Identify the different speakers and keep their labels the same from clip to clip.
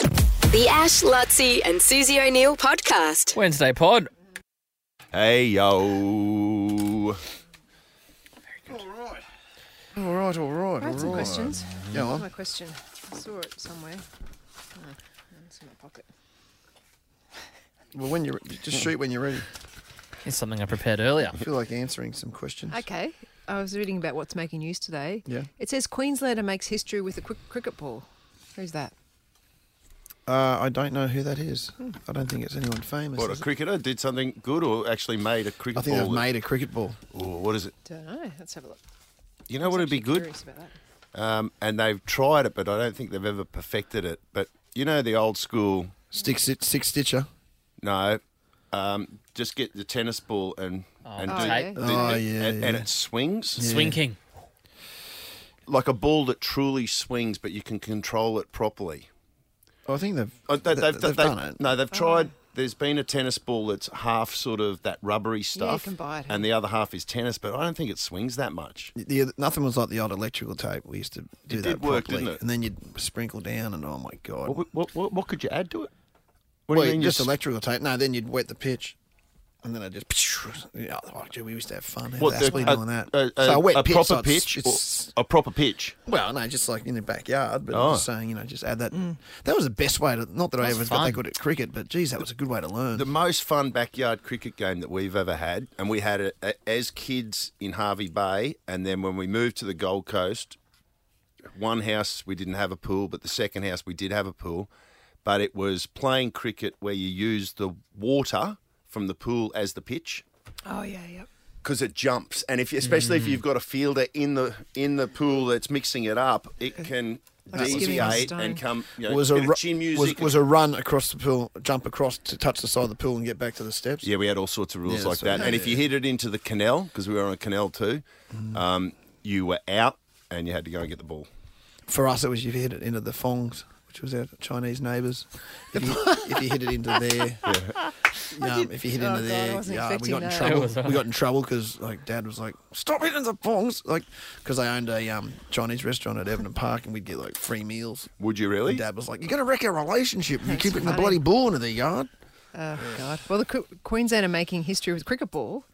Speaker 1: The Ash, Lutzi, and Susie O'Neill podcast.
Speaker 2: Wednesday pod.
Speaker 3: Hey yo. All right, all right,
Speaker 4: I
Speaker 3: all
Speaker 4: had some
Speaker 3: right.
Speaker 4: questions.
Speaker 3: Go
Speaker 4: My
Speaker 3: on.
Speaker 4: question. I saw it somewhere. Oh, it's in my pocket.
Speaker 3: Well, when you're just shoot when you're ready.
Speaker 2: It's something I prepared earlier.
Speaker 3: I feel like answering some questions.
Speaker 4: Okay. I was reading about what's making news today.
Speaker 3: Yeah.
Speaker 4: It says Queenslander makes history with a quick cricket ball. Who's that?
Speaker 3: Uh, I don't know who that is. I don't think it's anyone famous.
Speaker 5: What, a
Speaker 3: is it?
Speaker 5: cricketer did something good or actually made a cricket
Speaker 3: I think
Speaker 5: ball?
Speaker 3: they've made a cricket ball.
Speaker 5: Ooh, what is it?
Speaker 4: Don't know. Let's have a look.
Speaker 5: You know what would be
Speaker 4: Actually
Speaker 5: good?
Speaker 4: Curious about that.
Speaker 5: Um, and they've tried it, but I don't think they've ever perfected it. But you know the old school,
Speaker 3: Six, six stitcher.
Speaker 5: no, um, just get the tennis ball and and
Speaker 2: Oh,
Speaker 5: do,
Speaker 2: tape.
Speaker 5: do-
Speaker 3: Oh, yeah,
Speaker 5: and, and
Speaker 3: yeah.
Speaker 5: it swings
Speaker 2: Swing King.
Speaker 5: like a ball that truly swings, but you can control it properly.
Speaker 3: Oh, I think they've,
Speaker 5: Oh, they,
Speaker 3: they-
Speaker 5: they've,
Speaker 3: they've
Speaker 5: they-
Speaker 3: done it.
Speaker 5: No, they've tried. There's been a tennis ball that's half sort of that rubbery stuff,
Speaker 4: can buy it,
Speaker 5: and the other half is tennis. But I don't think it swings that much.
Speaker 3: The, nothing was like the old electrical tape. We used to do
Speaker 5: It
Speaker 3: that
Speaker 5: did work,
Speaker 3: properly.
Speaker 5: didn't it?
Speaker 3: And then you'd sprinkle down, and oh my god.
Speaker 5: What, what, what, what could you add to it? What
Speaker 3: Well,
Speaker 5: do you mean?
Speaker 3: just
Speaker 5: you s-
Speaker 3: electrical tape. No, then you'd wet the pitch, and then I just. Yeah, oh, gee, we used to have fun.
Speaker 5: What,
Speaker 3: What
Speaker 5: the-
Speaker 3: the,
Speaker 5: a-
Speaker 3: doing that?
Speaker 5: A, a-
Speaker 3: so a wet
Speaker 5: a
Speaker 3: pitch,
Speaker 5: proper
Speaker 3: so it's-
Speaker 5: pitch,
Speaker 3: It's,
Speaker 5: or- a proper pitch.
Speaker 3: well, no, just like in the backyard. But I'm
Speaker 5: Oh.
Speaker 3: just saying, you know, just add that. Mm. That was the best way to. Not that I
Speaker 2: That's
Speaker 3: ever got
Speaker 2: fun.
Speaker 3: that good at cricket, but geez, that was a good way to learn.
Speaker 5: The most fun backyard cricket game that we've ever had, and we had it a- as kids in Harvey Bay, and then when we moved to the Gold Coast, one house we didn't have a pool, but the second house we did have a pool, but it was playing cricket where you use the water from the pool as the pitch
Speaker 4: Oh, yeah, yep.
Speaker 5: because it jumps, and if you, especially
Speaker 4: Mm.
Speaker 5: if you've got a fielder in the in the pool that's mixing it up, it can.
Speaker 4: Like skipping a
Speaker 5: Deviate
Speaker 4: stone.
Speaker 5: and come. You know,
Speaker 3: was a
Speaker 5: bit of
Speaker 3: ru-
Speaker 5: chin music
Speaker 3: was,
Speaker 5: and-
Speaker 3: was a run across the pool, jump across to touch the side of the pool and get back to the steps.
Speaker 5: Yeah, we had all sorts of rules
Speaker 3: Yeah,
Speaker 5: like
Speaker 3: so-
Speaker 5: that. And if you hit it into the canal, because we were on a canal too, um, you were out and you had to go and get the ball.
Speaker 3: For us, it was if you hit it into the fongs, which was our Chinese neighbours. If you, if you hit it into there, um, if you hit
Speaker 4: oh,
Speaker 3: into
Speaker 4: God, I
Speaker 3: there,
Speaker 4: wasn't
Speaker 3: yeah, we
Speaker 4: expecting
Speaker 3: got in
Speaker 4: that.
Speaker 3: trouble.
Speaker 2: That was
Speaker 3: We got in trouble because like Dad was like, "Stop hitting the fongs!" Like because I owned a um, Chinese restaurant at Everton Park, and we'd get like free meals.
Speaker 5: Would you really?
Speaker 3: And Dad was like, "You're gonna wreck our relationship. if You
Speaker 4: That's
Speaker 3: keep it in the
Speaker 4: funny.
Speaker 3: bloody ball into the yard."
Speaker 4: Oh, God. Well, the Qu- Queenslander making history with cricket ball,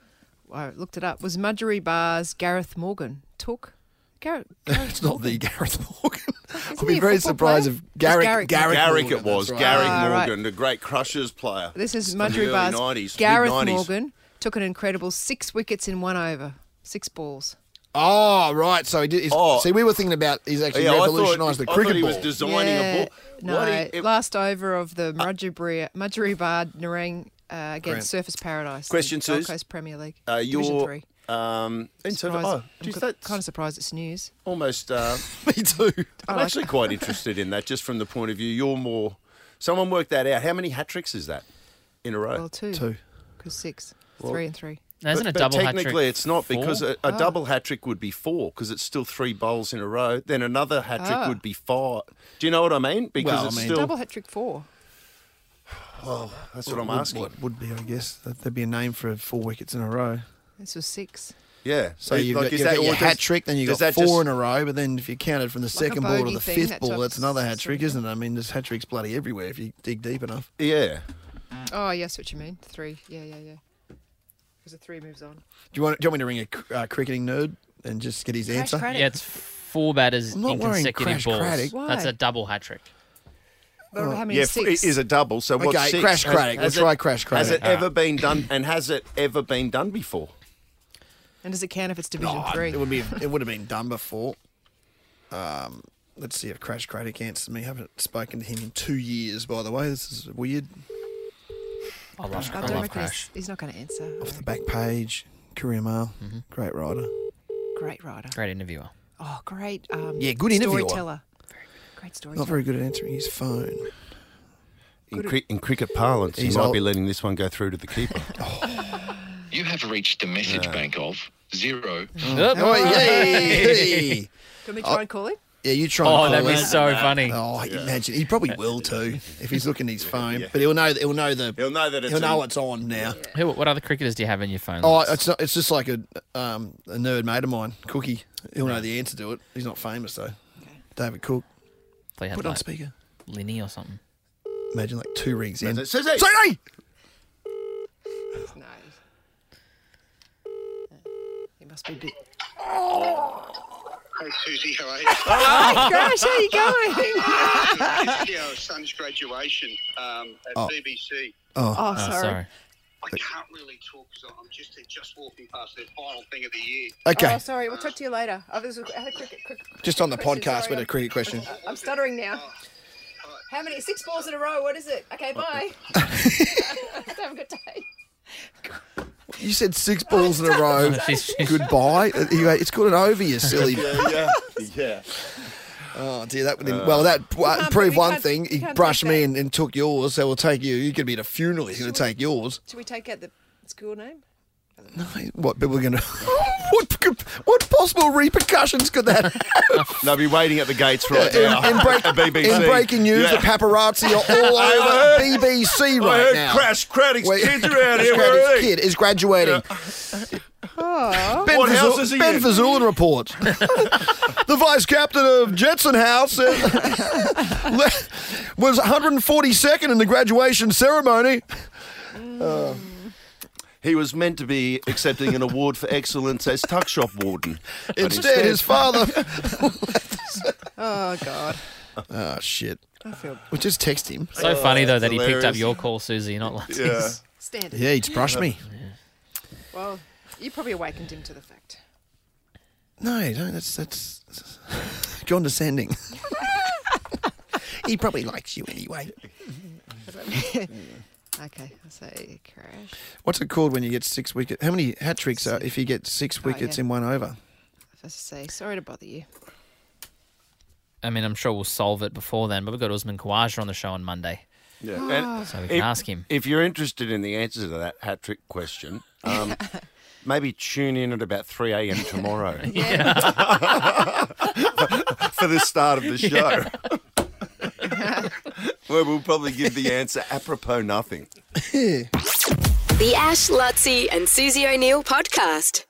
Speaker 4: I looked it up, was Mudgery Bar's Gareth Morgan. Took. Gareth.
Speaker 3: it's not the Gareth Morgan. I'd
Speaker 4: he
Speaker 3: be
Speaker 4: a
Speaker 3: very
Speaker 4: football
Speaker 3: surprised
Speaker 4: player?
Speaker 3: if
Speaker 4: It's
Speaker 3: Garrick
Speaker 4: Garrick
Speaker 3: Garrick,
Speaker 5: Garrick,
Speaker 3: Morgan,
Speaker 5: it was.
Speaker 3: that's right.
Speaker 5: Garrick
Speaker 4: Ah, right.
Speaker 5: Morgan, the great Crushers player.
Speaker 4: This is
Speaker 5: From the
Speaker 4: Mudgery
Speaker 5: early
Speaker 4: Bar's
Speaker 5: 90s,
Speaker 4: Gareth
Speaker 5: mid-nineties.
Speaker 4: Morgan took an incredible six wickets in one over, six balls.
Speaker 3: Oh, right. So he did. He's,
Speaker 5: Oh.
Speaker 3: See, we were thinking about he's actually
Speaker 5: Yeah, I thought-
Speaker 3: revolutionised the
Speaker 5: I
Speaker 3: cricket
Speaker 5: thought he
Speaker 3: ball.
Speaker 5: was designing a ball.
Speaker 4: No,
Speaker 5: What Uh, he- it-
Speaker 4: last over of the Mudgeribard Narang uh, against Surface Paradise.
Speaker 5: Question,
Speaker 4: the Gold
Speaker 5: Suze?
Speaker 4: Coast Premier League.
Speaker 5: uh,
Speaker 4: Division
Speaker 5: your,
Speaker 4: three.
Speaker 5: Um, in terms of,
Speaker 4: Surprised-
Speaker 5: oh,
Speaker 4: I'm
Speaker 5: geez,
Speaker 4: co-
Speaker 5: that's
Speaker 4: kind of surprised it's news.
Speaker 5: almost. Uh,
Speaker 3: Me too.
Speaker 5: I'm actually quite interested in that, just from the point of view. You're more. Someone worked that out. How many hat tricks is that in a row?
Speaker 4: Well, two.
Speaker 3: Two.
Speaker 4: Because six. three and three.
Speaker 2: Now, isn't
Speaker 5: but,
Speaker 2: a
Speaker 5: but
Speaker 2: double hat trick?
Speaker 5: technically it's not because
Speaker 2: four?
Speaker 5: a, a
Speaker 3: Oh.
Speaker 5: double hat trick would be four because it's still three bowls in a row. Then another hat trick would be five. Do you know what I mean? Because
Speaker 3: Ah. Well, I
Speaker 5: it's
Speaker 3: mean-
Speaker 5: still
Speaker 4: Double hat trick four.
Speaker 5: that's what I'm
Speaker 3: Would-
Speaker 5: asking.
Speaker 3: Would, would be, I guess. That- That'd be a name for four wickets in a row.
Speaker 4: This was six.
Speaker 5: Yeah.
Speaker 3: So you've got, you've got your hat trick, then you've got four in a row, but then if you counted from the second ball to
Speaker 4: bogey
Speaker 3: the
Speaker 4: thing,
Speaker 3: fifth
Speaker 4: that
Speaker 3: ball,
Speaker 4: type
Speaker 3: that's
Speaker 4: of
Speaker 3: another hat
Speaker 4: sort
Speaker 3: trick,
Speaker 4: of
Speaker 3: isn't it? I mean, there's hat tricks bloody everywhere if you dig deep enough.
Speaker 5: Yeah.
Speaker 4: Oh, yes, what you mean. Three. Yeah, yeah, yeah. Because the three moves on.
Speaker 3: Do you want, do you want me to ring a cr- uh, cricketing nerd and just get his answer?
Speaker 2: Yeah, it's four batters
Speaker 3: I'm not
Speaker 2: in
Speaker 3: wearing
Speaker 2: consecutive
Speaker 3: Crash
Speaker 2: balls.
Speaker 3: Craddock.
Speaker 4: Why?
Speaker 2: That's a double hat trick.
Speaker 4: But how many
Speaker 5: Yeah,
Speaker 4: is six?
Speaker 5: it is a double. So what's
Speaker 3: Okay,
Speaker 5: six?
Speaker 3: Crash
Speaker 5: Has-
Speaker 3: Craddock. We'll
Speaker 5: has
Speaker 3: try
Speaker 5: it-
Speaker 3: Crash Ah.
Speaker 5: Has it
Speaker 3: Craddock.
Speaker 5: ever been done? And has it ever been done before?
Speaker 4: and does it count if it's division
Speaker 3: Oh,
Speaker 4: three?
Speaker 3: It would be. It would have been done before. Um, let's see if Crash Craddock answers me. haven't spoken to him in two years, by the way. This is weird.
Speaker 2: I love,
Speaker 4: I
Speaker 2: I
Speaker 4: don't
Speaker 2: love
Speaker 4: reckon
Speaker 2: Crash.
Speaker 4: he's, he's not going to answer.
Speaker 3: Off the back page, career mail. Great rider.
Speaker 4: Great writer.
Speaker 2: Great interviewer.
Speaker 4: Oh, great. Um,
Speaker 3: Yeah, good interviewer.
Speaker 4: Storyteller. Great storyteller.
Speaker 3: Not very good at answering his phone.
Speaker 5: In, cri- in cricket parlance, you
Speaker 3: He's
Speaker 5: might
Speaker 3: old. Oh.
Speaker 5: be letting this one go through to the keeper.
Speaker 6: You have reached the message bank of zero.
Speaker 2: Oop.
Speaker 3: Oh, hey, hey.
Speaker 4: Can we try and call him?
Speaker 3: Yeah, you try.
Speaker 2: Oh,
Speaker 3: and
Speaker 2: that'd
Speaker 3: call
Speaker 2: be
Speaker 3: him.
Speaker 2: so funny.
Speaker 3: Oh, imagine he probably will too if he's looking at his phone. But he'll know. He'll know the.
Speaker 5: He'll know that it's
Speaker 3: He'll know
Speaker 5: an-
Speaker 3: what's on now.
Speaker 2: Who, what other cricketers do you have in your phone?
Speaker 3: Oh,
Speaker 2: list?
Speaker 3: it's not, it's just like a um, a nerd mate of mine, Cookie. He'll know the answer to it. He's not famous though. David Cook.
Speaker 2: If they had
Speaker 3: Put it on
Speaker 2: like
Speaker 3: speaker.
Speaker 2: Linny or something.
Speaker 3: Imagine like two rings in.
Speaker 5: Susie!
Speaker 3: Susie!
Speaker 4: No. He must be. Bit...
Speaker 7: Hey Susie, how are you?
Speaker 4: Oh, gosh, how you going?
Speaker 7: This is our son's graduation um, at BBC.
Speaker 4: Oh,
Speaker 2: Oh,
Speaker 4: sorry.
Speaker 2: sorry.
Speaker 7: I can't really talk because I'm just they're just walking past their final thing of the year.
Speaker 3: Okay,
Speaker 4: Oh, sorry. We'll talk to you later. I, was, I had a cricket, cricket,
Speaker 3: just on the
Speaker 4: question,
Speaker 3: podcast
Speaker 4: sorry,
Speaker 3: with
Speaker 4: I'm-
Speaker 3: a cricket question.
Speaker 4: I'm stuttering now. How many? Six balls in a row. What is it? Okay, bye. Have a good day.
Speaker 3: You said six balls in a row.
Speaker 2: She's- she's-
Speaker 3: Goodbye. Uh, you- It's good and over, you silly.
Speaker 5: yeah, yeah.
Speaker 3: Oh dear, that would well that
Speaker 4: can't-
Speaker 3: uh,
Speaker 4: we
Speaker 3: proved one
Speaker 4: can't-
Speaker 3: thing.
Speaker 4: we
Speaker 3: He
Speaker 4: can't
Speaker 3: brushed
Speaker 4: take
Speaker 3: me
Speaker 4: that.
Speaker 3: and, and took yours, so we'll take you. You could be at a funeral. He's going to take yours.
Speaker 4: Should we take out the school name?
Speaker 3: What? But we're going to. What? could- What possible repercussions could that have?
Speaker 5: They'll be waiting at the gates right now.
Speaker 3: in, in break-
Speaker 5: At BBC.
Speaker 3: in breaking news,
Speaker 5: Yeah.
Speaker 3: the paparazzi are all over BBC
Speaker 5: I
Speaker 3: right
Speaker 5: heard
Speaker 3: now.
Speaker 5: Crash Craddock's
Speaker 3: Wait,
Speaker 5: kids around here.
Speaker 3: Crash
Speaker 5: Where are
Speaker 3: Craddock's
Speaker 5: they?
Speaker 3: kid is graduating.
Speaker 4: Oh,
Speaker 3: Ben,
Speaker 5: What house
Speaker 3: Fazul-
Speaker 5: is he
Speaker 3: ben
Speaker 5: in?
Speaker 3: Fazulin report. the vice captain of Jetson House uh, le- was 142nd in the graduation ceremony.
Speaker 5: He was meant to be accepting an award for excellence as tuck shop warden. But
Speaker 3: Instead, his father.
Speaker 4: oh God.
Speaker 3: Oh
Speaker 5: Ah,
Speaker 3: shit.
Speaker 4: I feel
Speaker 3: We just text him.
Speaker 2: So funny though that he picked up
Speaker 5: hilarious.
Speaker 2: your call, Susie, not Lutz's.
Speaker 5: Yeah.
Speaker 4: standard.
Speaker 3: Yeah, he just brushed me.
Speaker 4: Well, you probably awakened him to the fact.
Speaker 3: No, no, that's that's condescending. he probably likes you anyway.
Speaker 4: Okay, I say crash.
Speaker 3: What's it called when you get six wickets? How many hat tricks are if you get six wickets
Speaker 4: yeah.
Speaker 3: in one over?
Speaker 4: If I say sorry to bother you.
Speaker 2: I mean, I'm sure we'll solve it before then, but we've got Usman Khawaja on the show on Monday,
Speaker 5: Yeah.
Speaker 2: so we
Speaker 5: And
Speaker 2: can
Speaker 5: if,
Speaker 2: ask him.
Speaker 5: if you're interested in the answer to that hat trick question, um, maybe tune in at about 3 a.m. tomorrow for the start of the show, where we'll probably give the answer apropos nothing.
Speaker 1: The Ash, Lutzi, and Susie O'Neill podcast.